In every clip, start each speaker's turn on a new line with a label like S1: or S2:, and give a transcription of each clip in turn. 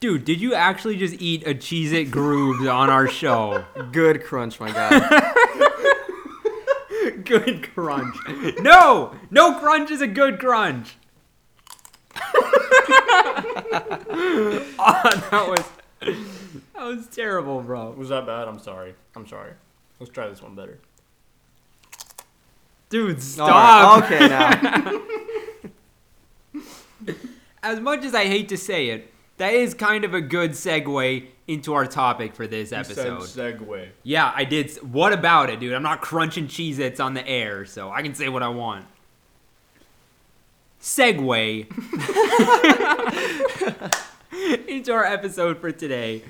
S1: Dude, did you actually just eat a Cheez It Grooves on our show?
S2: Good crunch, my guy.
S1: good crunch. No! No crunch is a good crunch. oh, that was that was terrible, bro.
S3: Was that bad? I'm sorry. I'm sorry. Let's try this one better.
S1: Dude,
S2: All right,
S1: stop.
S2: Okay, now.
S1: As much as I hate to say it, that is kind of a good segue into our topic for this episode.
S3: Said segue.
S1: Yeah, I did. s- What about it, dude? I'm not crunching Cheez Its on the air, so I can say what I want. Segway into our episode for today.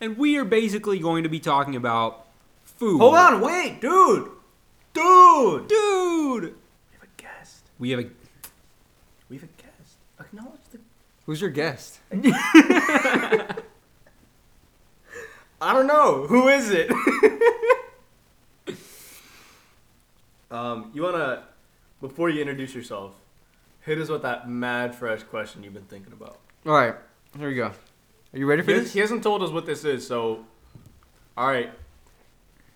S1: And we are basically going to be talking about food.
S2: Hold on, wait, dude. Dude.
S1: Dude!
S3: We have a guest.
S1: We have a.
S3: We have a guest. Acknowledge the.
S2: Who's your guest?
S3: I don't know. Who is it? um, you wanna, before you introduce yourself, hit us with that mad fresh question you've been thinking about.
S2: All right, here we go. Are you ready for
S3: He,
S2: this?
S3: he hasn't told us what this is, so. All right.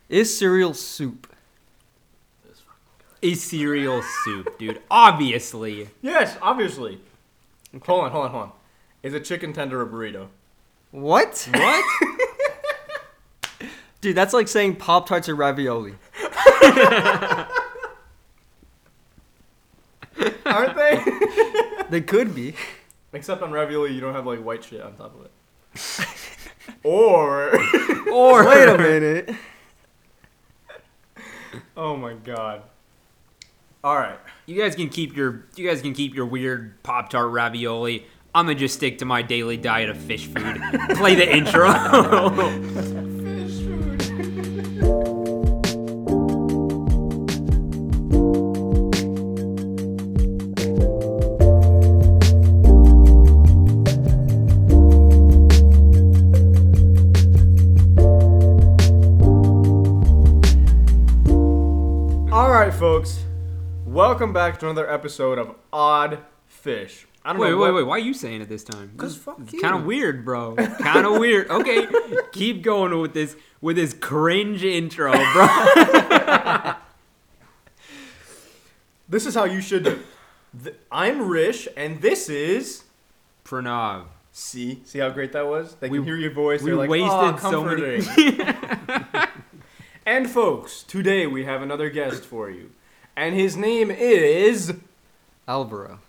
S2: Is cereal soup?
S1: Is cereal soup, dude? Obviously.
S3: Yes, obviously. Hold on, hold on, hold on. Is a chicken tender a burrito?
S2: What?
S1: What?
S2: Dude, that's like saying Pop Tarts or ravioli.
S3: Aren't they?
S2: They could be.
S3: Except on ravioli, you don't have like white shit on top of it. or.
S2: Or wait a minute.
S3: Oh my god. All right.
S1: You guys can keep your you guys can keep your weird Pop Tart ravioli. I'ma just stick to my daily diet of fish food. Play the intro.
S3: All right, folks. Welcome back to another episode of Odd Fish. I don't
S1: wait,
S3: know.
S1: wait, wait. Why are you saying it this time?
S2: 'Cause fuck you.
S1: Kind of weird, bro. Kind of weird. Okay, keep going with this with this cringe intro, bro.
S3: This is how you should do. it. Th- I'm Rish, and this is.
S1: Pranav.
S3: See, see how great that was. They
S1: We-
S3: can hear your voice.
S1: we
S3: They're like,
S1: wasted
S3: "Aw,
S1: so many-
S3: comforting." and folks, today we have another guest for you, and his name is
S2: Alvaro.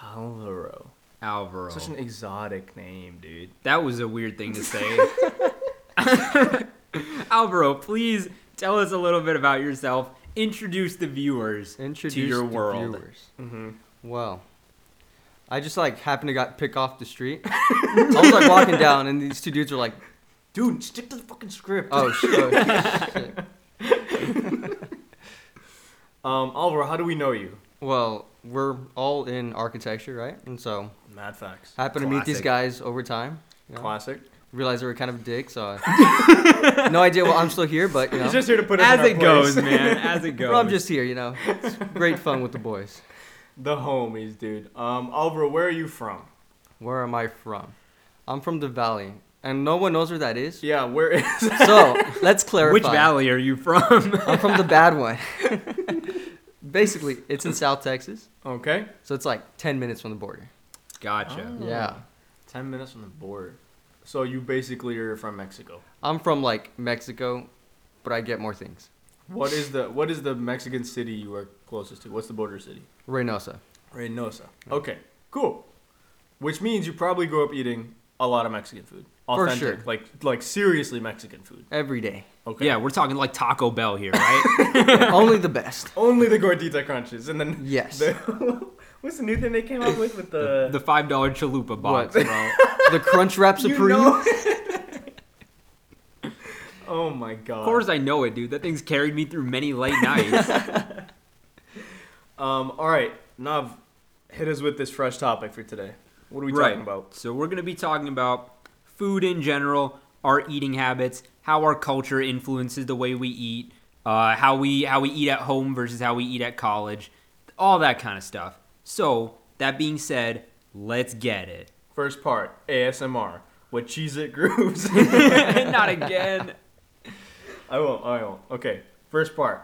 S3: Alvaro.
S1: Alvaro.
S3: Such an exotic name, dude.
S1: that was a weird thing to say. Alvaro, please tell us a little bit about yourself. Introduce the viewers
S2: Introduce
S1: to your
S2: the
S1: world.
S2: viewers.
S3: Mm-hmm.
S2: Well, I just like happened to got picked off the street. I was like walking down, and these two dudes are like,
S3: Dude, stick to the fucking script.
S2: "Oh shit!" oh, shit.
S3: Um, Alvaro, how do we know you?
S2: Well, we're all in architecture, right? And so
S3: Mad facts.
S2: happened to meet these
S1: Classic.
S2: guys over time. You know?
S3: Classic.
S2: Realized they were kind of dicks. So I- no idea. Well, I'm still here, but you know,
S3: He's just here to put us in
S1: As
S3: our
S1: it goes,
S3: place.
S1: man. As it goes.
S2: Bro, I'm just here. You know, it's great fun with the boys.
S3: the homies, dude. Um, Alvaro, where are you from?
S2: Where am I from? I'm from the valley, and no one knows where that is.
S3: Yeah, where is?
S2: So let's clarify.
S1: Which valley are you from?
S2: I'm from the bad one. Basically, it's in South Texas,
S3: okay.
S2: so it's like 10 minutes from the border.
S1: gotcha.
S3: Oh.
S2: Yeah.
S3: Ten minutes from the border. So you basically are from Mexico.
S2: I'm from like Mexico, but I get more things.
S3: What is the what is the Mexican city you are closest to? What's the border city?
S2: Reynosa.
S3: Reynosa. Okay, cool. Which means you probably grew up eating a lot of Mexican food.
S2: For
S3: Authentic,
S2: sure.
S3: like like seriously Mexican food.
S2: Every day.
S3: Okay.
S1: Yeah, we're talking like Taco Bell here, right?
S2: Only the best.
S3: Only the gordita crunches, and then
S2: Yes.
S3: the- what's the new thing they came up with with the
S1: the $5 chalupa box,
S2: What?
S1: bro.
S2: The Crunch Wrap
S3: You
S2: Supreme.
S3: know- oh my god.
S1: Of course I know it, dude. That thing's carried me through many late nights.
S3: Um. All right, Nav, hit us with this fresh topic for today. What are we talking about?
S1: So we're going to be talking about food in general, our eating habits, how our culture influences the way we eat, uh, how we how we eat at home versus how we eat at college, all that kind of stuff. So, that being said, let's get it.
S3: First part, ASMR. What cheese it grooves?
S1: Not again.
S3: I won't. I won't. Okay. First part.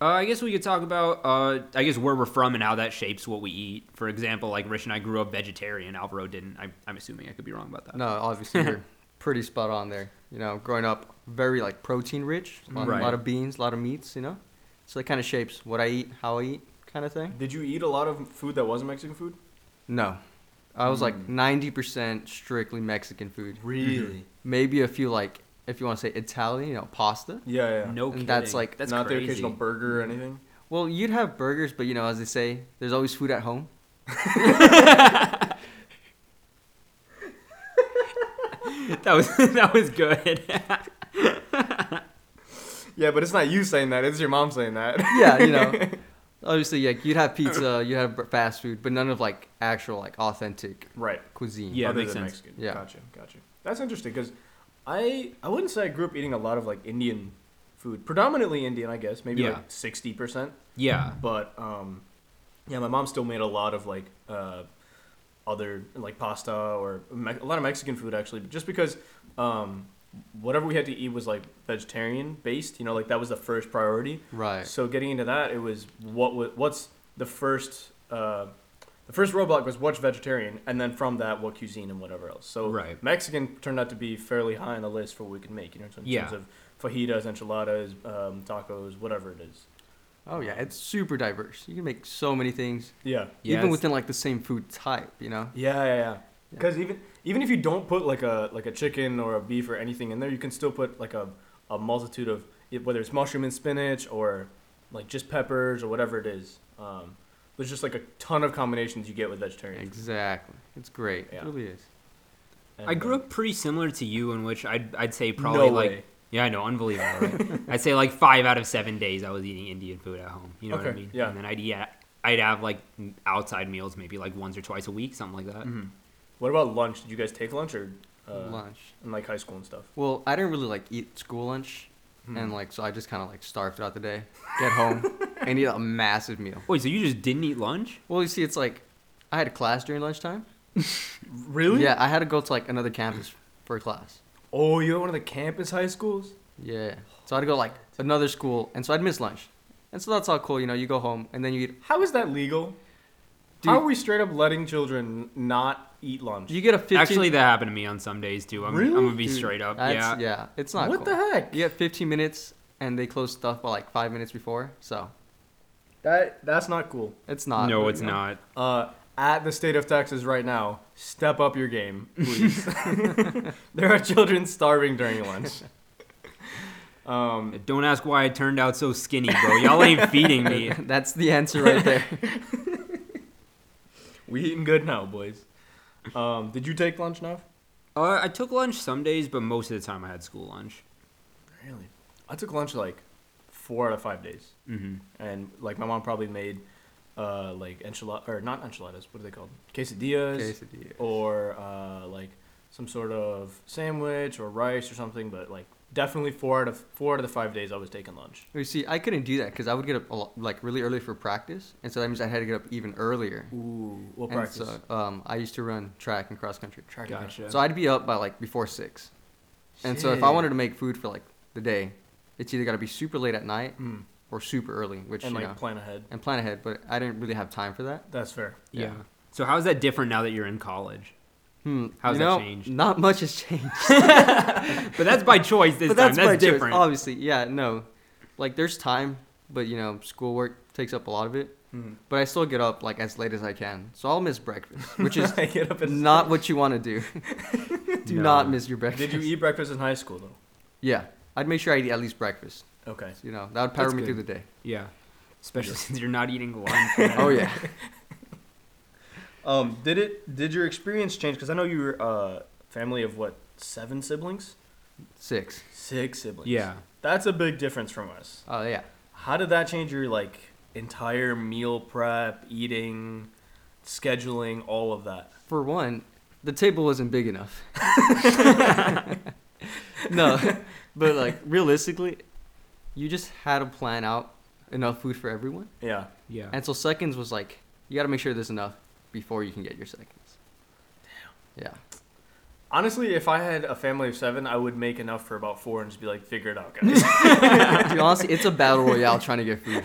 S1: Uh, I guess we could talk about, uh, I guess, where we're from and how that shapes what we eat. For example, like Rich and I grew up vegetarian. Alvaro didn't. I, I'm assuming I could be wrong about that.
S2: No, obviously you're pretty spot on there. You know, growing up very like protein rich, a lot,
S1: Right.
S2: lot of beans, a lot of meats. You know, so it kind of shapes what I eat, how I eat, kind of thing.
S3: Did you eat a lot of food that wasn't Mexican food?
S2: No, I was like
S3: Hmm.
S2: ninety percent strictly Mexican food.
S3: Really?
S2: Maybe a few like if you want to say Italian, you know, pasta.
S3: Yeah. Yeah.
S1: No
S2: And
S1: kidding.
S2: that's like-
S1: that's
S3: Not
S1: crazy.
S3: the occasional burger or anything.
S2: Well, you'd have burgers, but you know, as they say, there's always food at home.
S1: that was that was good.
S3: Yeah, but it's not you saying that. It's your mom saying that.
S2: Yeah, you know. Obviously, like you'd have pizza, you'd have br- fast food, but none of like actual like authentic
S3: right.
S2: cuisine.
S1: Yeah, it
S3: other
S1: makes
S3: than
S1: sense.
S3: Mexican.
S2: Yeah.
S3: Gotcha. Gotcha. That's interesting because I I wouldn't say I grew up eating a lot of like Indian food, predominantly Indian, I guess, maybe
S1: Yeah.
S3: like sixty percent.
S1: yeah.
S3: But um, yeah, my mom still made a lot of like uh, other like pasta or me- a lot of Mexican food actually, just because um, whatever we had to eat was like vegetarian based. You know, like that was the first priority.
S2: Right.
S3: So getting into that, it was what wa- what's the first uh, the first roadblock was what's vegetarian, and then from that, what cuisine and whatever else. So
S1: Right.
S3: Mexican turned out to be fairly high on the list for what we could make. You know, in
S1: Yeah.
S3: terms of fajitas, enchiladas, um, tacos, whatever it is.
S2: Oh yeah, it's super diverse. You can make so many things,
S3: Yeah.
S1: Yeah,
S2: even
S1: it's-
S2: within like the same food type. You know.
S3: Yeah, yeah, yeah.
S2: Yeah.
S3: Because even even if you don't put like a like a chicken or a beef or anything in there, you can still put like a, a multitude of whether it's mushroom and spinach or like just peppers or whatever it is. Um, there's just like a ton of combinations you get with vegetarian. food.
S2: Exactly. It's great. It
S3: Yeah.
S2: really is.
S3: And,
S1: I grew
S3: uh,
S1: up pretty similar to you, in which I'd I'd say probably
S3: no
S1: like
S3: way.
S1: yeah, I know, unbelievable. Right? I'd say like five out of seven days I was eating Indian food at home. You know what I
S3: Okay,
S1: mean?
S3: yeah.
S1: And then I'd eat. At, I'd have like outside meals, maybe like once or twice a week, something like that.
S3: Mhm. What about lunch? Did you guys take lunch or uh,
S2: lunch.
S3: in like high school and stuff?
S2: Well, I didn't really like eat school lunch,
S1: Hmm.
S2: and like so I just kind of like starved throughout the day. Get home and eat a massive meal.
S1: Wait, so you just didn't eat lunch?
S2: Well, you see, it's like I had a class during lunchtime.
S3: Really?
S2: Yeah, I had to go to like another campus for a class.
S3: Oh, you're at one of the campus high schools.
S2: Yeah. So I'd go like another school, and so I'd miss lunch. And so that's all cool, you know. You go home, and then you eat.
S3: How is that legal?
S2: Dude-
S3: How are we straight up letting children not eat lunch?
S2: You get a fifteen.
S1: Actually, that happened to me on some days too. I'm, I'm
S3: Really?
S1: gonna be
S2: Dude,
S1: straight up.
S2: that's-
S1: Yeah.
S2: Yeah. It's not.
S3: what
S2: cool.
S3: the heck?
S2: You get fifteen minutes, and they close stuff by like five minutes before. So
S3: That that's not cool.
S2: it's not.
S1: no,
S2: but,
S1: it's
S2: you know.
S1: not.
S3: Uh, at the state of Texas right now, step up your game, please. there are children starving during lunch. Um,
S1: Don't ask why I turned out so skinny, bro. Y'all ain't feeding me.
S2: That's the answer right there.
S3: we eating good now, boys. Um, did you take lunch now?
S1: Uh, I took lunch some days, but most of the time I had school lunch.
S3: Really? I took lunch like four out of five days,
S1: hmm
S3: and like my mom probably made uh, like enchilada or not enchiladas. What are they called? Quesadillas.
S2: Quesadilla.
S3: or uh, like some sort of sandwich or rice or something. But like definitely four out of four out of the five days I was taking lunch.
S2: You see, I couldn't do that because I would get up a lot, like really early for practice, and so that means I had to get up even earlier.
S3: Ooh, well
S2: And
S3: practice.
S2: So, um, I used to run track and cross country.
S3: Track and
S1: Gotcha.
S2: So I'd be up by like before six, and so if I
S3: Shit.
S2: wanted to make food for like the day, it's either got to be super late at night
S3: Mm.
S2: or super early, which
S3: and
S2: you
S3: like
S2: know,
S3: plan ahead.
S2: and plan ahead. But I didn't really have time for that.
S3: That's fair.
S1: Yeah.
S2: Yeah.
S1: So how is that different now that you're in college?
S2: Hmm.
S1: How's
S2: you
S1: that
S2: know,
S1: changed?
S2: Not much has changed.
S1: But that's by choice this
S2: but
S1: time.
S2: that's,
S1: That's
S2: Oh. my difference,
S1: different.
S2: Obviously, yeah, no, like there's time, but you know, schoolwork takes up a lot of it.
S3: Mhm.
S2: But I still get up like as late as I can, so I'll miss breakfast, which is
S3: I get up and
S2: not what you want to do. do
S1: No.
S2: not miss your breakfast.
S3: Did you eat breakfast in high school though?
S2: Yeah, I'd make sure I eat at least breakfast.
S3: Okay.
S2: You know, that would power
S3: That's
S2: me through the
S3: good.
S2: day.
S1: yeah. Especially since you're not eating lunch.
S2: Oh yeah.
S3: Um, did it? Did your experience change? Because I know you were uh, family of what seven siblings,
S2: Six.
S3: six siblings.
S1: yeah.
S3: That's a big difference from us.
S2: Oh yeah.
S3: How did that change your like entire meal prep, eating, scheduling, all of that?
S2: For one, the table wasn't big enough. no, but like realistically, you just had to plan out enough food for everyone,
S3: Yeah.
S1: Yeah.
S2: and so seconds was like you got to make sure there's enough before you can get your seconds. Damn. Yeah.
S3: Honestly, if I had a family of seven, I would make enough for about four and just be like, figure it out, guys.
S2: Dude, honestly, it's a battle royale trying to get food.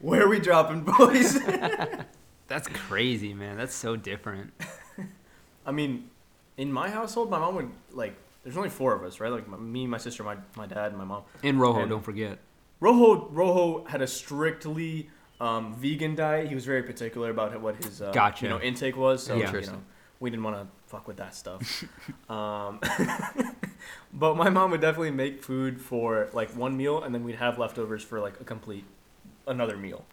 S4: Where are we dropping, boys?
S1: That's crazy, man. That's so different.
S3: I mean, in my household, my mom would like. There's only four of us, right? Like my, me, my sister, my my dad, and my mom.
S1: And Rojo,
S3: And-
S1: don't forget.
S3: Rojo Rojo had a strictly um, vegan diet. He was very particular about what his uh,
S1: Gotcha.
S3: you know intake was. So
S1: Yeah.
S3: you know, we didn't want to fuck with that stuff. um, but my mom would definitely make food for like one meal, and then we'd have leftovers for like a complete another meal.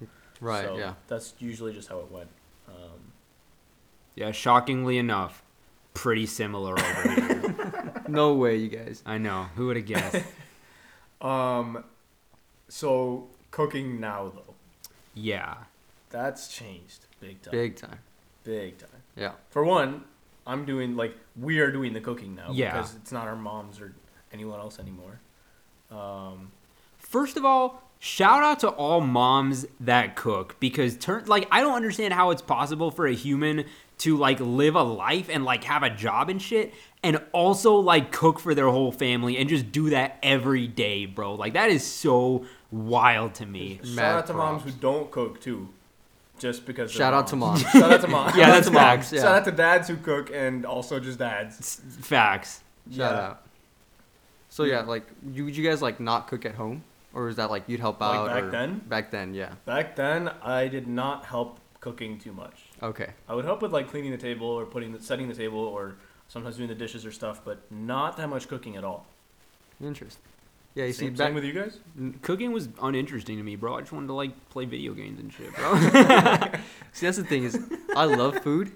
S2: Right,
S3: So
S2: yeah.
S3: That's usually just how it went. Um,
S1: Yeah, shockingly enough, pretty similar over here.
S2: No way, you guys.
S1: I know. Who would have guessed?
S3: um, so cooking now though,
S1: Yeah.
S3: that's changed big time.
S2: Big time.
S3: big time.
S2: Yeah.
S3: For one, I'm doing like we are doing the cooking now
S1: Yeah.
S3: because it's not our moms or anyone else anymore. Um,
S1: First of all, shout out to all moms that cook because turn like I don't understand how it's possible for a human to like live a life and like have a job and shit and also like cook for their whole family and just do that every day, bro. Like that is so wild to me.
S3: shout
S2: Mad
S3: out to moms who
S2: props.
S3: don't cook too, just because. they're
S2: Shout out to moms.
S3: shout out to moms.
S2: Yeah, that's
S1: That's facts,
S2: facts. Yeah.
S3: Shout out to dads who cook and also just dads.
S1: It's facts.
S2: Shout
S3: Yeah.
S2: out. So yeah, like, you, would you guys like not cook at home, or is that like you'd help
S3: Like,
S2: out?
S3: back
S2: or-
S3: then?
S2: Back then, yeah.
S3: Back then, I did not help cooking too much.
S2: Okay.
S3: I would help with like cleaning the table or putting the, setting the table or sometimes doing the dishes or stuff, but not that much cooking at all.
S2: Interesting. Yeah, you see,
S3: Same,
S2: back
S3: same with you guys.
S1: Cooking was uninteresting to me, bro. I just wanted to like play video games and shit, bro.
S2: See, that's the thing is, I love food.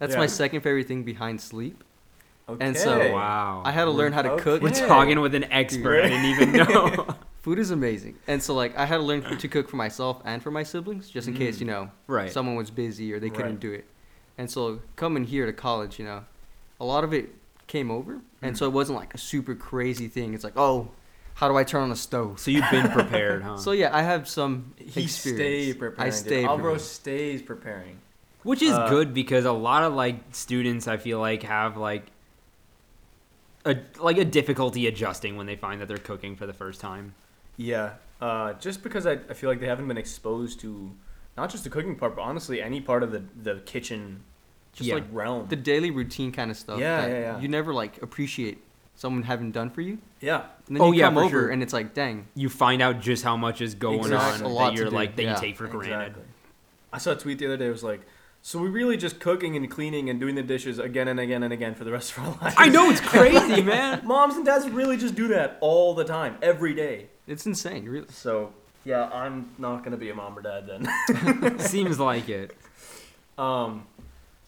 S2: That's
S3: Yeah.
S2: my second favorite thing behind sleep.
S3: Okay.
S2: And so,
S1: wow.
S2: I had to learn how to cook.
S1: We're
S3: Okay.
S1: talking with an expert. I didn't even know.
S2: Food is amazing, and so like I had to learn to cook for myself and for my siblings, just in case you know
S1: right.
S2: someone was busy or they couldn't
S3: Right.
S2: do it. And so coming here to college, you know, a lot of it came over, and
S3: Mm-hmm.
S2: so it wasn't like a super crazy thing. It's like, oh, how do I turn on a stove?
S1: So you've been prepared, huh?
S2: So yeah, I have some
S3: Uh-huh. He
S2: experience.
S3: stay
S2: I
S3: preparing.
S2: stay
S3: dude. Oh, Alvaro
S2: prepared.
S3: stays preparing.
S1: Which is
S3: Uh,
S1: good because a lot of like students, I feel like, have like a like a difficulty adjusting when they find that they're cooking for the first time.
S3: Yeah, uh, just because I, I feel like they haven't been exposed to not just the cooking part, but honestly any part of the the kitchen
S2: Just
S1: Yeah.
S2: like
S3: realm.
S2: the daily routine kind of stuff.
S3: Yeah,
S2: that
S3: yeah, yeah.
S2: You never like appreciate someone having done for you.
S3: yeah,
S2: And then
S1: Oh,
S2: you
S1: yeah,
S2: come
S1: for
S2: over
S1: sure.
S2: and it's like, dang,
S1: You find out just how much is going
S3: Exactly. A
S1: on
S2: lot
S1: that
S2: to
S1: you're
S2: do,
S1: like that
S2: yeah.
S1: you take for granted.
S3: I saw a tweet the other day. It was like, so we really just cooking and cleaning and doing the dishes again and again and again for the rest of our lives.
S1: I know it's crazy, man.
S3: Moms and dads really just do that all the time, every day.
S2: it's insane. Really.
S3: So yeah, I'm not gonna be a mom or dad then.
S1: Seems like it.
S3: Um,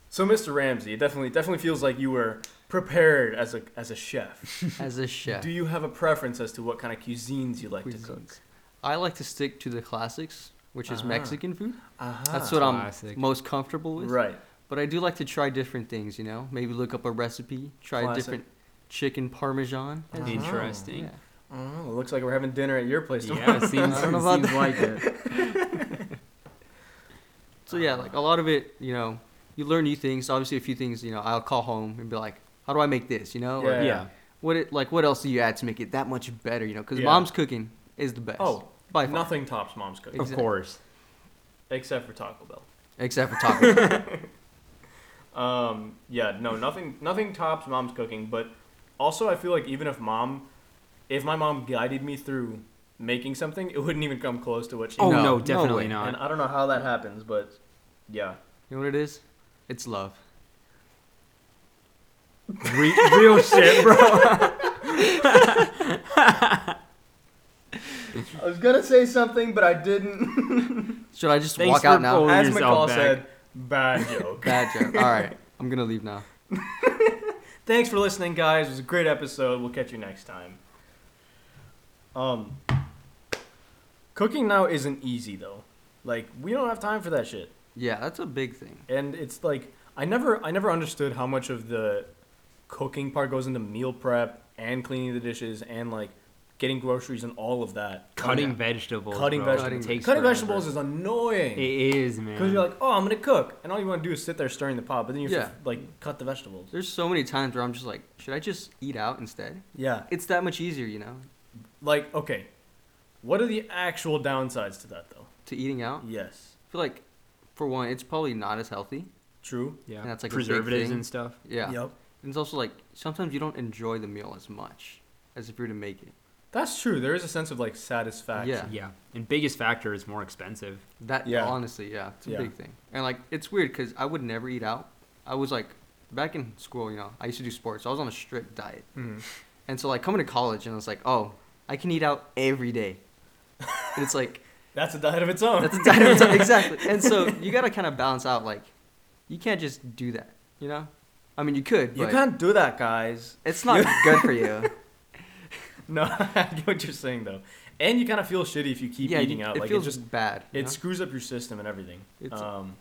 S3: so Mr. Ramsey, it definitely definitely feels like you were prepared as a as a chef.
S2: As a chef,
S3: Do you have a preference as to what kind of cuisines you like to cook?
S2: Cuisines. I like to stick to the classics, which is
S3: Ah.
S2: Mexican food.
S3: Uh-huh.
S2: That's what
S1: Classic.
S2: I'm most comfortable with.
S3: right.
S2: But I do like to try different things, you know? Maybe look up a recipe, try
S3: Classic.
S2: different chicken parmesan.
S3: Uh-huh.
S1: Interesting.
S2: Yeah.
S3: Oh, it looks like we're having dinner at your place.
S1: Yeah,
S3: tomorrow.
S1: seems,
S2: I don't know about
S1: seems like it.
S2: So yeah, like a lot of it, you know, you learn new things. Obviously, a few things, you know, I'll call home and be like, "How do I make this?" You know,
S3: Yeah.
S2: or
S1: Yeah.
S2: what it like? What else do you add to make it that much better? You know, because
S3: Yeah.
S2: mom's cooking is the best.
S3: Oh,
S2: by far,
S3: nothing tops mom's cooking
S1: Of
S2: Exact-
S1: course.
S3: except for Taco Bell.
S2: except for taco. Bell.
S3: Um, yeah, no, nothing nothing tops mom's cooking, but also I feel like even if mom if my mom guided me through making something, it wouldn't even come close to what she
S1: Oh
S2: No,
S1: no,
S2: no
S1: definitely
S2: way.
S1: not.
S3: and I don't know how that happens, but yeah.
S2: you know what it is? It's love.
S1: Re- real shit, bro.
S3: I was gonna say something, but I didn't.
S2: Should I just
S1: Thanks
S2: walk out
S1: for
S2: now?
S1: pulling-
S3: As McCall
S1: yourself
S3: said, bad joke.
S2: Bad joke. All right, I'm gonna leave now.
S3: Thanks for listening, guys. It was a great episode. We'll catch you next time. Um, cooking now isn't easy though. Like we don't have time for that shit,
S2: Yeah, that's a big thing.
S3: and it's like I never, I never understood how much of the cooking part goes into meal prep and cleaning the dishes and like getting groceries and all of that.
S1: Cutting
S2: yeah.
S1: vegetables.
S3: Cutting
S1: bro,
S3: vegetables.
S1: takes
S3: Cutting
S1: forever.
S3: vegetables is annoying.
S1: It is, man.
S3: Because you're like, oh, I'm gonna cook, and all you want to do is sit there stirring the pot, but then you have to, like cut the vegetables.
S2: There's so many times where I'm just like, should I just eat out instead?
S3: Yeah,
S2: It's that much easier, you know,
S3: like okay, what are the actual downsides to that though?
S2: to eating out.
S3: Yes,
S2: I feel like, for one, it's probably not as healthy.
S3: true.
S1: yeah.
S2: And that's, like, a big
S1: preservatives
S2: thing.
S1: and stuff.
S2: Yeah.
S3: Yep,
S2: And it's also like sometimes you don't enjoy the meal as much as if you were to make it.
S3: that's true. There is a sense of like satisfaction.
S2: Yeah.
S1: Yeah. And biggest factor is more expensive.
S2: That
S3: Yeah.
S2: honestly, yeah, it's a
S3: Yeah.
S2: big thing. And like it's weird because I would never eat out. I was like back in school, you know, I used to do sports. So I was on a strict diet,
S3: Mhm.
S2: and so like coming to college, and I was like, oh, I can eat out every day. And it's like
S3: that's a diet of its own.
S2: that's a diet of its own- exactly. And so you gotta kind of balance out. Like you can't just do that, you know. I mean, you could,
S3: you
S2: but
S3: can't do that, guys.
S2: it's not good for you.
S3: No, I get what you're saying though, and you kind of feel shitty if you keep
S2: yeah,
S3: eating
S2: you-
S3: out.
S2: it
S3: like
S2: feels
S3: it just
S2: bad. you
S3: it
S2: know?
S3: screws up your system and everything.
S2: It's-
S3: um,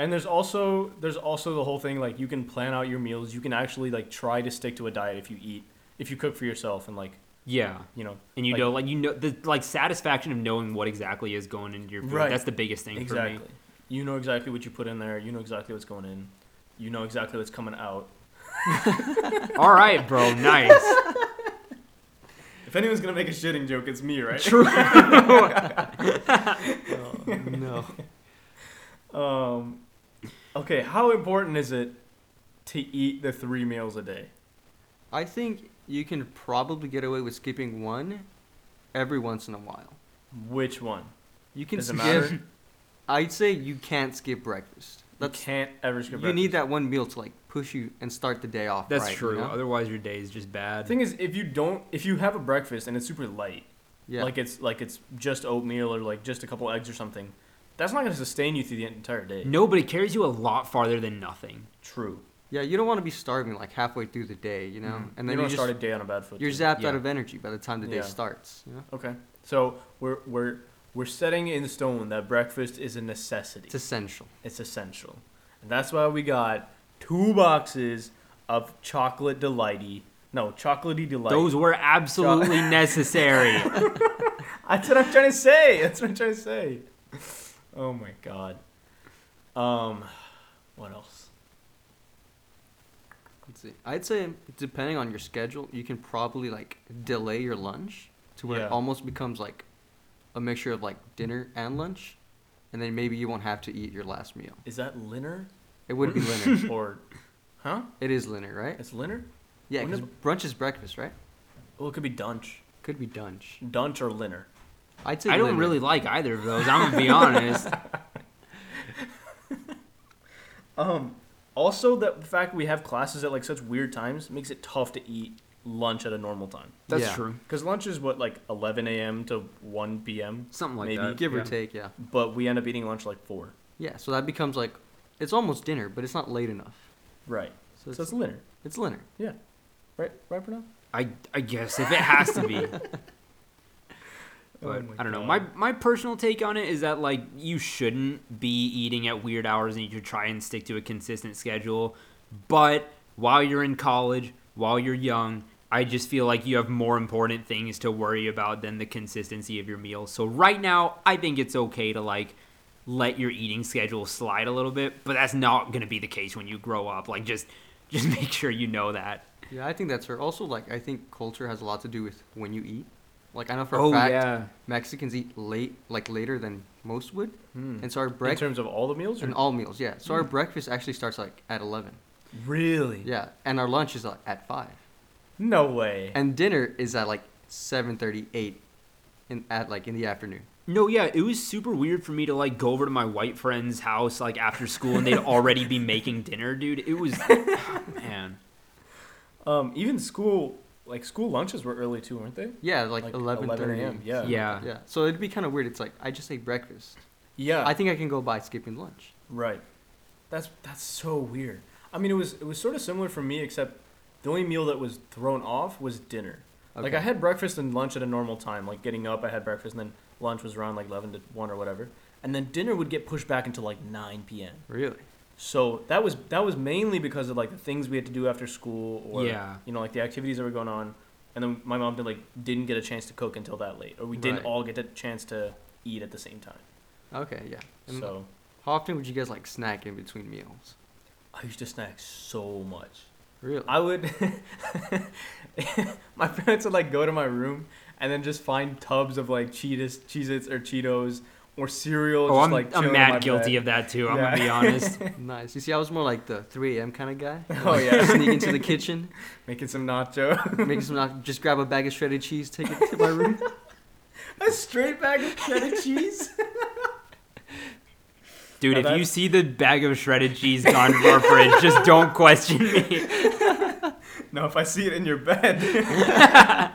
S3: and there's also there's also the whole thing like you can plan out your meals. You can actually like try to stick to a diet if you eat if you cook for yourself and like
S1: Yeah.
S3: you know
S1: And you
S3: Like-
S1: know, like you know, the like satisfaction of knowing what exactly is going into your food.
S3: Right.
S1: That's the biggest thing for me.
S3: exactly. You know exactly what you put in there. You know exactly what's going in. You know exactly what's coming out.
S1: All right, bro. Nice.
S3: If anyone's gonna make a shitting joke, it's me, right?
S1: True.
S2: no.
S3: Um, okay, how important is it to eat the three meals a day?
S2: I think you can probably get away with skipping one every once in a while.
S3: Which one?
S2: You can
S3: Does it
S2: skip.
S3: matter?
S2: I'd say you can't skip breakfast.
S3: You
S2: That's
S3: can't ever
S2: you
S3: skip breakfast. Uh,
S2: need that one meal to like push you and start the day off.
S1: That's
S2: right, you
S1: true.
S2: know?
S1: Otherwise, your day is just bad.
S3: The thing is, if you don't, if you have a breakfast and it's super light,
S2: Yeah.
S3: like it's like it's just oatmeal or like just a couple eggs or something, that's not gonna sustain you through the entire day.
S1: no, but it carries you a lot farther than nothing.
S3: True.
S2: yeah, you don't want to be starving like halfway through the day, you know,
S1: Mhm.
S2: and
S3: Mm-hmm. you
S2: then
S3: don't
S2: you,
S3: wanna
S2: just
S3: start a day on a bad foot.
S2: you're
S3: too.
S2: zapped
S1: Yeah.
S2: out of energy by the time the day
S3: Yeah.
S2: starts. You know?
S3: Okay. So we're we're we're setting in stone that breakfast is a necessity.
S2: It's essential.
S3: It's essential. And that's why we got two boxes of chocolate delighty. No, chocolatey delight.
S1: Those were absolutely necessary.
S3: That's what I'm trying to say. That's what I'm trying to say. Oh my god. Um, what else?
S2: Let's see. I'd say depending on your schedule, you can probably like delay your lunch to where
S3: Yeah.
S2: it almost becomes like a mixture of like dinner and lunch, and then maybe you won't have to eat your last meal.
S3: Is that Linner
S2: It would be dinner.
S3: or, huh?
S2: It is dinner, right?
S3: It's Linner.
S2: Yeah, because
S3: wouldn't
S2: brunch is breakfast, right?
S3: Well, it could be Dunch.
S2: Could be dunch.
S3: Dunch or Linner.
S2: I'd say
S1: I don't
S2: dinner.
S1: really like either of those. I'm gonna be honest.
S3: Um. Also, that the fact we have classes at like such weird times makes it tough to eat lunch at a normal time.
S1: That's
S2: Yeah.
S1: true.
S3: Because lunch is what like 11 a.m. to 1 p.m.
S1: Something like
S3: Maybe.
S1: that.
S2: give
S1: yeah.
S2: or take. Yeah,
S3: But we end up eating lunch like four.
S2: yeah. So that becomes like it's almost dinner, but it's not late enough.
S3: Right.
S2: So it's
S3: so it's Linner.
S2: it's dinner.
S3: Yeah. Right. Right for now.
S1: I I guess if it has to be. But
S3: Oh my
S1: I don't know.
S3: God.
S1: My my personal take on it is that like you shouldn't be eating at weird hours and you should try and stick to a consistent schedule. But while you're in college, while you're young, I just feel like you have more important things to worry about than the consistency of your meals. So right now, I think it's okay to like let your eating schedule slide a little bit, but that's not going to be the case when you grow up. Like just just make sure you know that.
S2: Yeah, I think that's fair. Also, like I think culture has a lot to do with when you eat. Like I know for a
S3: Oh,
S2: fact Mexicans eat late, like later than most would,
S3: Hmm.
S2: and so our
S3: In
S2: breakfast
S3: terms of Hmm. all the meals. Or?
S2: and all meals, yeah. So our breakfast actually starts like at eleven,
S3: Really?
S2: yeah, and our lunch is like at five,
S3: No way.
S2: and dinner is at like seven thirty eight, in at like in the afternoon.
S1: No, yeah, it was super weird for me to like go over to my white friend's house like after school and they'd already be making dinner, dude. It was ah, man.
S3: um. Even school. Like school lunches were early too, weren't they?
S2: Yeah, like,
S3: Like
S2: eleven thirty
S3: a.m. Yeah.
S1: Yeah.
S2: Yeah, so it'd be kind of weird. It's like I just ate breakfast.
S3: Yeah.
S2: I think I can go by skipping lunch.
S3: Right. That's that's so weird. I mean, it was it was sort of similar for me, except the only meal that was thrown off was dinner. Like
S2: Okay.
S3: I had breakfast and lunch at a normal time. Like getting up, I had breakfast, and then lunch was around like eleven to one or whatever, and then dinner would get pushed back until like nine p.m.
S2: Really?
S3: So that was that was mainly because of like the things we had to do after school or
S1: Yeah.
S3: you know like the activities that were going on. and then my mom did like didn't get a chance to cook until that late, or we didn't
S2: Right.
S3: all get the chance to eat at the same time.
S2: Okay, yeah. And
S3: So
S2: How often would you guys like snack in between meals?
S3: I used to snack so much.
S2: Really?
S3: I would. my parents would like go to my room and then just find tubs of like Cheetos, Cheez-Its or Cheetos or cereal.
S1: Oh,
S3: just,
S1: I'm,
S3: like,
S1: I'm
S3: chilling in my
S1: mad guilty
S3: bed.
S1: of that too. I'm
S3: Yeah.
S1: gonna be honest.
S2: nice. You see, I was more like the 3 a.m. kind of guy.
S3: Oh,
S2: Like,
S3: yeah.
S2: Sneak into the kitchen,
S3: making some nachos.
S2: make some, not just grab a bag of shredded cheese, take it to my room.
S4: A straight bag of cheddar cheese?
S1: Dude,
S3: Now
S1: if
S3: that-
S1: you see the bag of shredded cheese gone from our fridge, just don't question me.
S3: no, if I see it in your bed,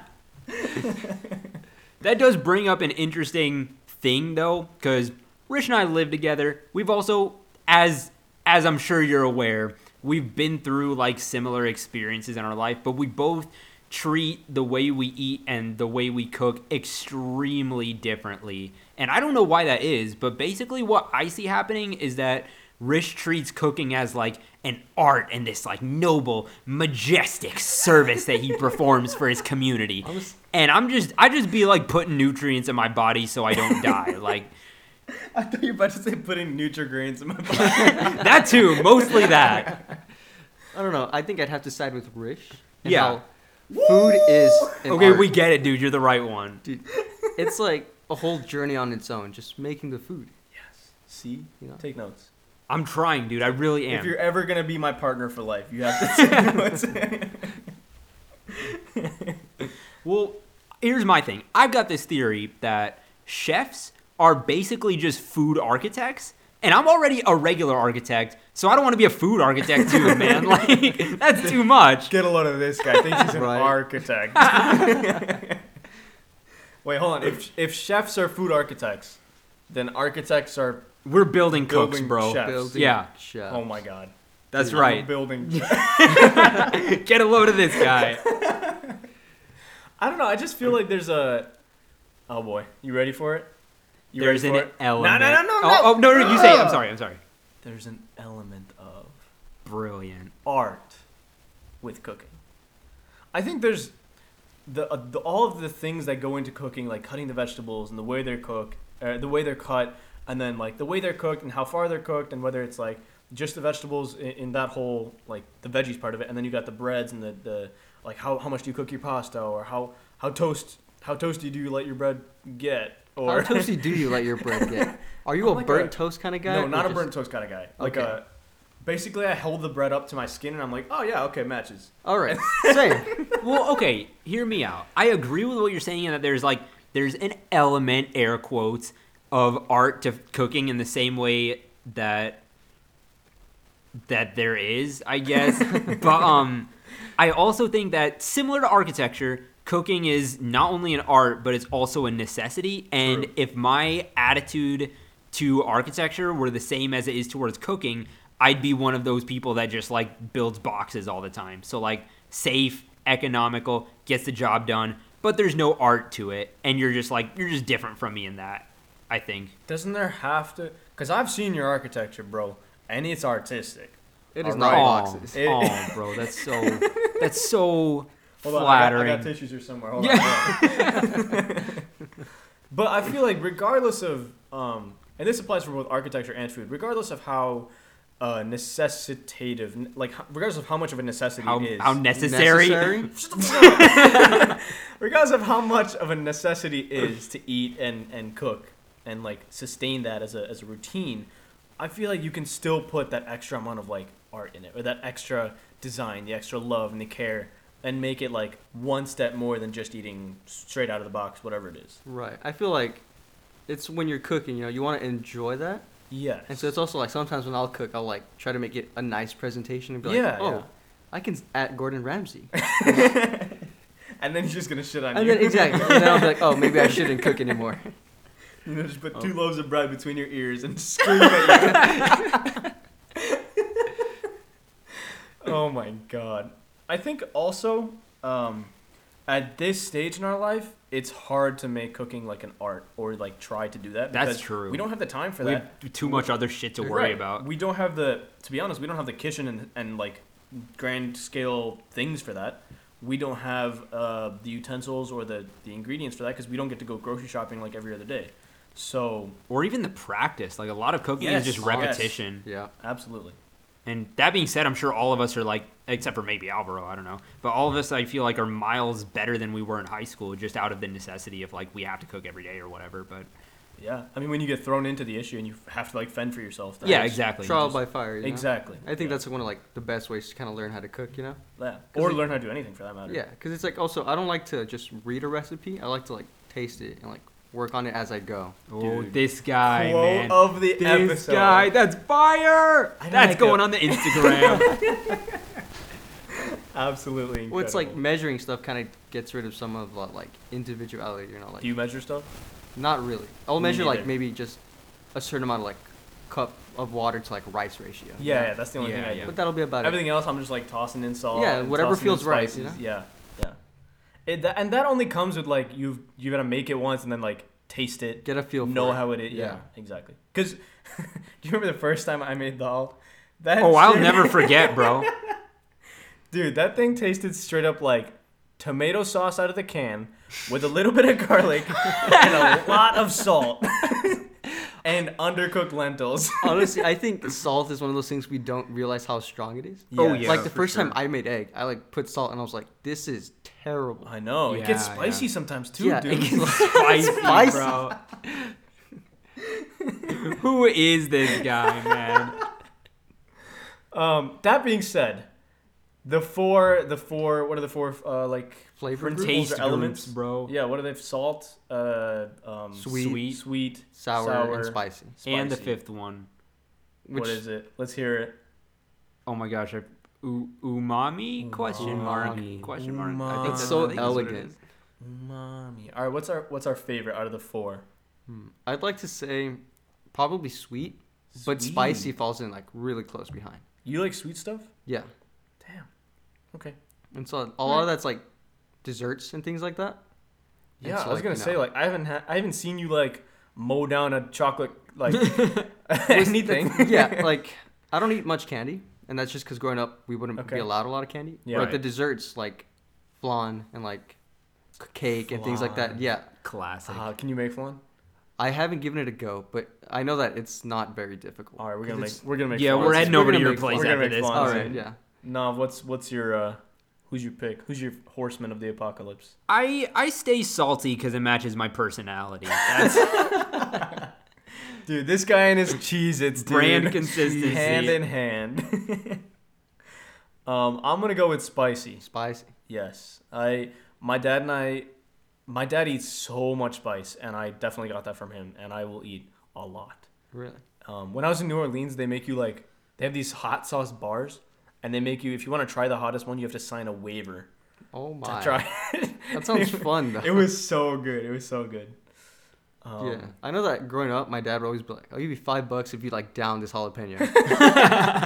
S1: That does bring up an interesting thing though, because Rich and I live together. We've also, as as I'm sure you're aware, we've been through like similar experiences in our life, but we both treat the way we eat and the way we cook extremely differently. And I don't know why that is, but basically what I see happening is that Rish treats cooking as like an art and this like noble, majestic service that he performs for his community. And I'm just I just be like putting nutrients in my body so I don't die. Like
S3: I thought you were about to say putting Nutrigrains in my body.
S1: that too, mostly that.
S2: I don't know. I think I'd have to side with Rish.
S1: Yeah.
S2: how Food is. an
S1: Okay,
S2: art.
S1: we get it, dude. You're the right one.
S2: Dude, it's like a whole journey on its own, just making the food.
S3: Yes. See,
S2: Yeah.
S3: take notes.
S1: I'm trying, dude. I really
S3: If you're
S1: am.
S3: ever gonna be my partner for life, you have to take notes.
S1: Well, here's my thing. I've got this theory that chefs are basically just food architects, and I'm already a regular architect, so I don't want to be a food architect too, man. Like that's too much.
S3: Get a load of this guy. Thinks he's an
S2: Right.
S3: architect. Wait, hold on. If if chefs are food architects, then architects are.
S1: We're building cooks,
S3: Building
S1: bro.
S3: chefs.
S2: Building
S1: Yeah.
S2: chefs.
S3: Oh my god.
S1: Uh, That's
S3: I'm a
S1: right.
S3: building.
S1: Get a load of this guy.
S3: I don't know. I just feel like there's a. Oh boy, you ready for it? You
S1: There's an
S3: ready for it?
S1: element.
S3: No, no, no, no,
S1: Oh,
S3: no.
S1: oh, no, no, you say. it. I'm sorry. I'm sorry.
S3: There's an element of
S1: Brilliant.
S3: art with cooking. I think there's the, uh, the all of the things that go into cooking, like cutting the vegetables and the way they're cooked, uh, the way they're cut, and then like the way they're cooked and how far they're cooked, and whether it's like just the vegetables in, in that whole like the veggies part of it, and then you got the breads and the, the like how, how much do you cook your pasta or how how toast how toasty do you let your bread get
S2: How
S3: or
S2: toasty do you let your bread get? Are you
S3: I'm
S2: a
S3: like
S2: burnt
S3: a-
S2: toast kind of guy?
S3: Oh no,
S2: or
S3: not a
S2: just-
S3: burnt toast kind of guy. Like
S2: Okay.
S3: a basically I hold the bread up to my skin and I'm like, oh yeah, okay, matches.
S2: All right, same.
S1: well, okay, hear me out. I agree with what you're saying in that there's like there's an element, air quotes, of art to cooking in the same way that that there is, I guess. but um I also think that similar to architecture, cooking is not only an art, but it's also a necessity. And
S3: True.
S1: if my attitude to architecture were the same as it is towards cooking, I'd be one of those people that just like builds boxes all the time. So like safe, economical, gets the job done, but there's no art to it. And you're just like you're just different from me in that, I think.
S3: Doesn't there have to? Because I've seen your architecture, bro, and it's artistic.
S2: It is
S3: All
S2: not
S3: right.
S2: boxes.
S3: It-
S1: oh, bro, that's so that's so
S3: Hold on, I got-
S1: flattering.
S3: I got, tissues here somewhere. Hold on, hold on. but I feel like, regardless of, um, and this applies for both architecture and food, regardless of how uh, necessitative, like, h- regardless of how much of a necessity
S1: how,
S3: it is,
S1: how necessary.
S3: regardless of how much of a necessity it is to eat and, and cook and like sustain that as a, as a routine i feel like you can still put that extra amount of like art in it or that extra design the extra love and the care and make it like one step more than just eating straight out of the box whatever it is
S2: Right. I feel like it's when you're cooking, you know, you want to enjoy that.
S3: yes
S2: And so it's also like sometimes when I'll cook, I'll like try to make it a nice presentation and be like,
S3: Yeah,
S2: oh,
S3: yeah.
S2: I can s- at Gordon Ramsay.
S3: and then he's just gonna shit on
S2: and
S3: you
S2: then exactly. And then I'll be like, oh, maybe I shouldn't cook anymore.
S3: you know just put two loaves of bread between your ears and scream at you oh my god i think also um, at this stage in our life it's hard to make cooking like an art or like try to do that
S1: That's
S3: because
S1: true.
S3: we don't have the time for
S1: we
S3: that
S1: have too much other shit to worry
S3: Right.
S1: about.
S3: we don't have the to be honest we don't have the kitchen and, and like grand scale things for that we don't have uh, the utensils or the, the ingredients for that because we don't get to go grocery shopping like every other day. So
S1: or even the practice. Like a lot of cooking
S3: Yes,
S1: is just
S3: yes.
S1: repetition.
S2: Yeah.
S3: absolutely,
S1: And that being said, I'm sure all of us are like, except for maybe Alvaro, I don't know, but all of us I feel like are miles better than we were in high school, just out of the necessity of like we have to cook every day or whatever. But
S3: yeah. I mean, when you get thrown into the issue and you have to like fend for yourself, that
S1: yeah,
S3: is-
S1: exactly.
S2: Trial
S1: Just-
S2: by fire. you know?
S3: exactly.
S2: I think
S3: Yeah.
S2: that's one of like the best ways to kind of learn how to cook. You know.
S3: yeah.
S2: 'Cause
S3: or
S2: it-
S3: learn how to do anything for that matter.
S2: Yeah, because it's like also I don't like to just read a recipe. I like to like taste it and like work on it as I go.
S1: oh,
S3: Dude.
S1: this guy,
S4: Quote
S1: man.
S4: of the
S1: this
S4: episode.
S1: guy, that's fire.
S3: I don't
S1: That's
S3: like uh,
S1: going
S3: it.
S1: on the Instagram.
S3: absolutely. Incredible.
S2: Well, it's like measuring stuff kind of gets rid of some of the, like individuality. You know, like
S3: do you measure stuff?
S2: not really. I'll
S3: Me
S2: measure like
S3: neither.
S2: maybe just a certain amount of like cup of water to like rice ratio. you
S3: Yeah,
S2: know?
S3: yeah, that's the only
S1: Yeah,
S3: thing I
S1: yeah.
S3: do.
S2: But that'll be about
S3: Everything else, I'm just like tossing in salt.
S2: Yeah,
S3: and
S2: whatever
S3: tossing in
S2: feels right, you know?
S3: spices. Yeah, yeah. It, that, and that only comes with like you've you gotta make it once and then like taste
S2: it.
S3: it,
S2: Get a feel.
S3: know
S2: for
S3: how
S2: it.
S3: it is. Yeah, exactly. Because do you remember the first time I made dal? That
S1: oh, I'll
S3: shit-
S1: never forget, bro.
S3: Dude, that thing tasted straight up like tomato sauce out of the can with a little bit of garlic and a lot of salt and undercooked lentils.
S2: Honestly, I think salt is one of those things we don't realize how strong it is.
S1: Oh,
S3: Yes.
S1: yeah.
S2: like the
S1: for
S2: first
S1: sure.
S2: time I made egg, I like put salt and I was like, this is terrible.
S3: I know. it gets
S1: Yeah, yeah.
S3: spicy sometimes too,
S2: Yeah, it
S3: dude.
S2: gets-
S1: Spicy,
S2: Spicy.
S1: bro. Who is this guy, man?
S3: Um, that being said, the four, the four, what are the four uh, like
S2: Flavor
S3: principles
S2: group?
S3: or
S1: Taste
S3: elements,
S1: elements, bro.
S3: Yeah, what are they? Salt, uh, um,
S2: Sweet.
S1: Sweet.
S3: sweet,
S2: Sour,
S3: sour
S2: and spicy.
S1: And the
S3: spicy.
S1: fifth one.
S3: What is it? Let's hear it.
S1: Oh my gosh, I, u- umami? Question mark?
S2: Umami.
S1: Question mark? I think
S3: Umami.
S1: that's-
S2: It's so
S1: I think that's what it
S2: elegant.
S1: is.
S3: Mommy. All right, what's our what's our favorite out of the four?
S2: Hmm. I'd like to say probably sweet, but spicy falls in like really close behind.
S3: You like sweet stuff?
S2: Yeah.
S3: Damn. Okay.
S2: And so a
S3: Hmm.
S2: lot of that's like desserts and things like that. And
S3: Yeah,
S2: so,
S3: I was
S2: like,
S3: gonna
S2: you
S3: say
S2: know.
S3: like I haven't ha- I haven't seen you like mow down a chocolate like anything.
S2: yeah, like I don't eat much candy, and that's just because growing up we wouldn't
S3: Okay.
S2: be allowed a lot of candy.
S3: Yeah.
S2: But
S3: Right.
S2: the desserts like flan and like c- cake and things like that.
S3: Flan.
S2: Yeah.
S1: Classic.
S3: Uh, can you make one?
S2: I haven't given it a go, but I know that it's not very difficult.
S3: All right, we're gonna make
S2: It's-
S3: we're gonna make.
S1: yeah,
S3: flan.
S1: we're
S2: fun.
S1: heading
S2: We're
S1: over to
S2: gonna
S1: your
S2: make
S1: place
S3: fun. We're gonna
S1: after
S3: make
S1: this.
S3: fun.
S2: All
S3: Honestly.
S2: right, yeah.
S3: Nav, what's what's your uh, who's your pick? Who's your horseman of the apocalypse?
S1: I, I stay salty because it matches my personality. That's
S3: Dude, this guy and his cheese its
S1: brand consistency.
S3: hand in hand. um, I'm gonna go with spicy.
S2: Spicy.
S3: Yes, I my dad and I, my dad eats so much spice, and I definitely got that from him, and I will eat a lot.
S2: Really?
S3: Um, when I was in New Orleans, they make you like they have these hot sauce bars, and they make you if you want to try the hottest one, you have to sign a waiver
S2: Oh
S3: to
S2: my.
S3: try.
S2: That sounds fun though.
S3: it was so good. It was so good. Um,
S2: yeah, I know that growing up, my dad would always be like, "I'll give you five bucks if you like down this jalapeno,"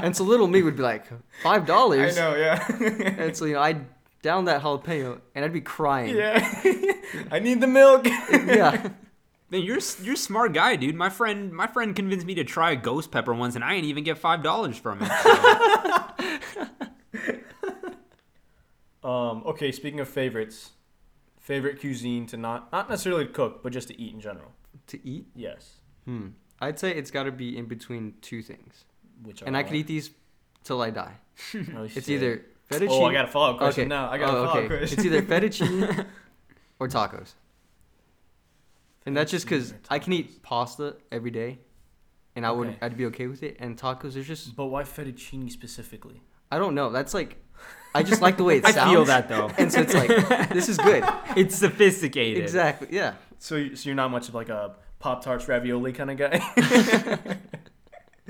S2: and so little me would be like, five
S3: I
S2: dollars,"
S3: know. Yeah.
S2: and so you know, I'd down that jalapeno and I'd be crying.
S3: yeah. I need the milk.
S2: yeah.
S1: Man, you're s- you're a smart guy, dude. My friend my friend convinced me to try a ghost pepper once, and I ain't even get five dollars from it. So,
S3: Um, okay, speaking of favorites, favorite cuisine to not not necessarily cook, but just to eat in general.
S2: To eat,
S3: Yes.
S2: hmm. I'd say it's got to be in between two things,
S3: Which
S2: and I could eat these till I die. It's either fettuccine.
S3: Oh, I got a follow up question
S2: okay.
S3: now. I
S2: oh,
S3: got a follow up
S2: okay.
S3: question.
S2: It's either fettuccine or tacos. And that's just because I can eat pasta every day, and I would
S3: Okay.
S2: I'd be okay with it. And tacos are just
S3: But why fettuccine specifically?
S2: I don't know. That's like I just like the way it
S1: I
S2: sounds.
S1: feel that though.
S2: And so it's like this is good.
S1: It's sophisticated.
S2: exactly. Yeah.
S3: So, you- so you're not much of like a Pop Tarts ravioli kind of guy.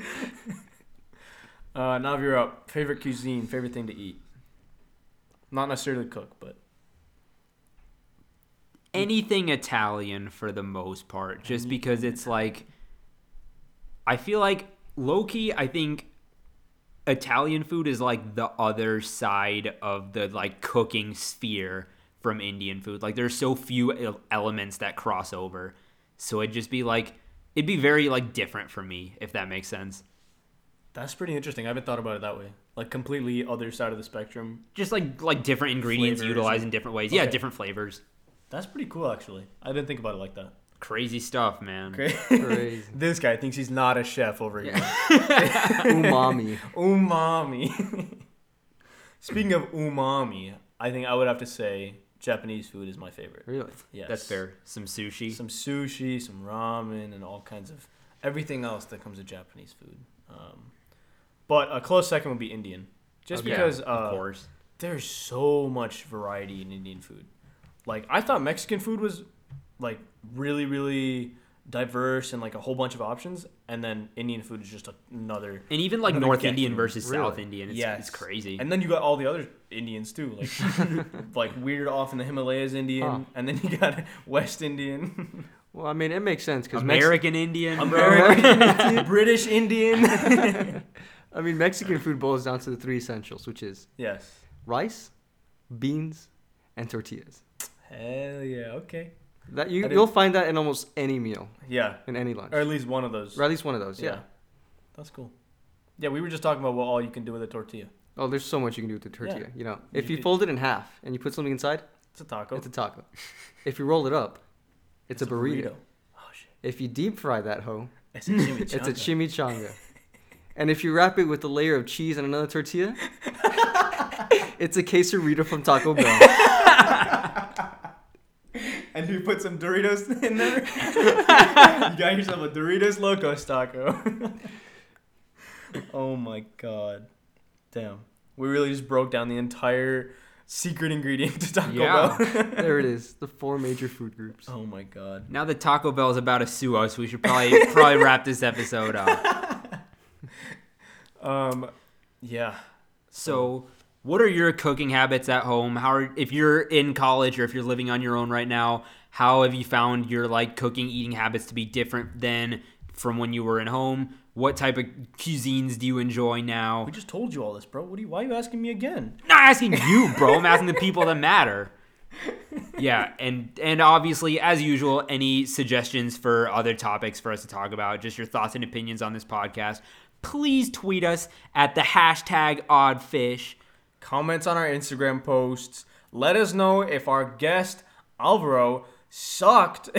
S3: uh, now you're up. Favorite cuisine, favorite thing to eat. Not necessarily cook, but
S1: anything Italian for the most part, just because it's like I feel like low key, I think Italian food is like the other side of the like cooking sphere from Indian food. Like there's so few el- elements that cross over. So it'd just be like it'd be very like different for me if that makes sense.
S3: That's pretty interesting. I haven't thought about it that way. Like completely other side of the spectrum.
S1: Just like like different ingredients
S3: Flavors
S1: utilized in different ways. Yeah,
S3: Okay.
S1: different flavors.
S3: That's pretty cool, actually. I didn't think about it like that.
S1: Crazy stuff, man.
S2: Crazy.
S3: this guy thinks he's not a chef over here.
S2: Umami.
S3: Umami. Speaking of umami, I think I would have to say Japanese food is my favorite.
S2: Really?
S3: Yes.
S1: That's fair. Some sushi.
S3: Some sushi, some ramen, and all kinds of everything else that comes with Japanese food. Um, but a close second would be Indian, just
S1: Okay.
S3: because
S1: of
S3: uh,
S1: course.
S3: there's so much variety in Indian food. Like I thought Mexican food was like really, really diverse and like a whole bunch of options, and then Indian food is just another
S1: And even like
S3: another
S1: North
S3: get
S1: Indian
S3: food.
S1: versus South
S2: Really?
S1: Indian, it's,
S3: Yes.
S1: it's crazy.
S3: And then you got all the other Indians too, like like weird off in the Himalayas Indian,
S2: Huh.
S3: and then you got West Indian,
S2: Well, I mean, it makes sense because
S1: American Indian, bro.
S3: American, British Indian.
S2: I mean, Mexican food boils down to the three essentials, which is
S3: Yes.
S2: rice, beans, and tortillas.
S3: Hell yeah. Okay.
S2: That
S3: I
S2: you,
S3: didn't-
S2: you'll find that in almost any meal,
S3: Yeah,
S2: in any lunch,
S3: or at least one of those.
S2: or at least one of those. Yeah.
S3: That's cool. Yeah, we were just talking about what all you can do with a tortilla.
S2: Oh, there's so much you can do with the tortilla. You know, if
S3: You
S2: you,
S3: could-
S2: fold it in half and you put something inside,
S3: It's a taco.
S2: it's a taco. if you roll it up, it's, a, burrito.
S3: Oh shit.
S2: If you deep fry that hoe,
S3: It's a chimichanga.
S2: it's a chimichanga. and if you wrap it with a layer of cheese and another tortilla, it's a quesarito from Taco Bell.
S4: And you put some Doritos in there.
S3: you got yourself a Doritos Locos taco. oh my god. Damn. We really just broke down the entire secret ingredient to Taco
S1: Yeah.
S3: Bell.
S2: there it is. The four major food groups.
S3: oh my god.
S1: Now that Taco Bell is about to sue us, we should probably probably wrap this episode up.
S3: Um yeah.
S1: So, what are your cooking habits at home? How are, if you're in college or if you're living on your own right now, how have you found your like cooking eating habits to be different than from when you were at home? What type of cuisines do you enjoy now?
S3: We just told you all this, bro. What do you why are you asking me again?
S1: not asking you, bro. I'm asking the people that matter. Yeah, and and obviously, as usual, any suggestions for other topics for us to talk about, just your thoughts and opinions on this podcast, please tweet us at the hashtag oddfish.
S3: Comments on our Instagram posts. Let us know if our guest Alvaro sucked.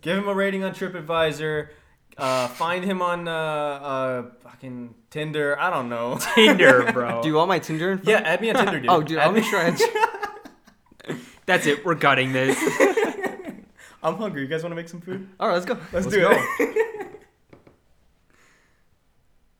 S3: Give him a rating on TripAdvisor. Uh, find him on uh, uh, fucking Tinder. I don't know.
S1: Tinder, bro.
S2: Do you want my Tinder info?
S3: Yeah, add me on Tinder, dude.
S2: Oh, dude,
S3: Add
S2: I'll
S3: me-
S2: make sure I answer.
S1: That's it. We're cutting this.
S3: I'm hungry. You guys want to make some food?
S2: All right, let's go.
S3: Let's,
S2: Let's
S3: do
S2: go.
S3: it.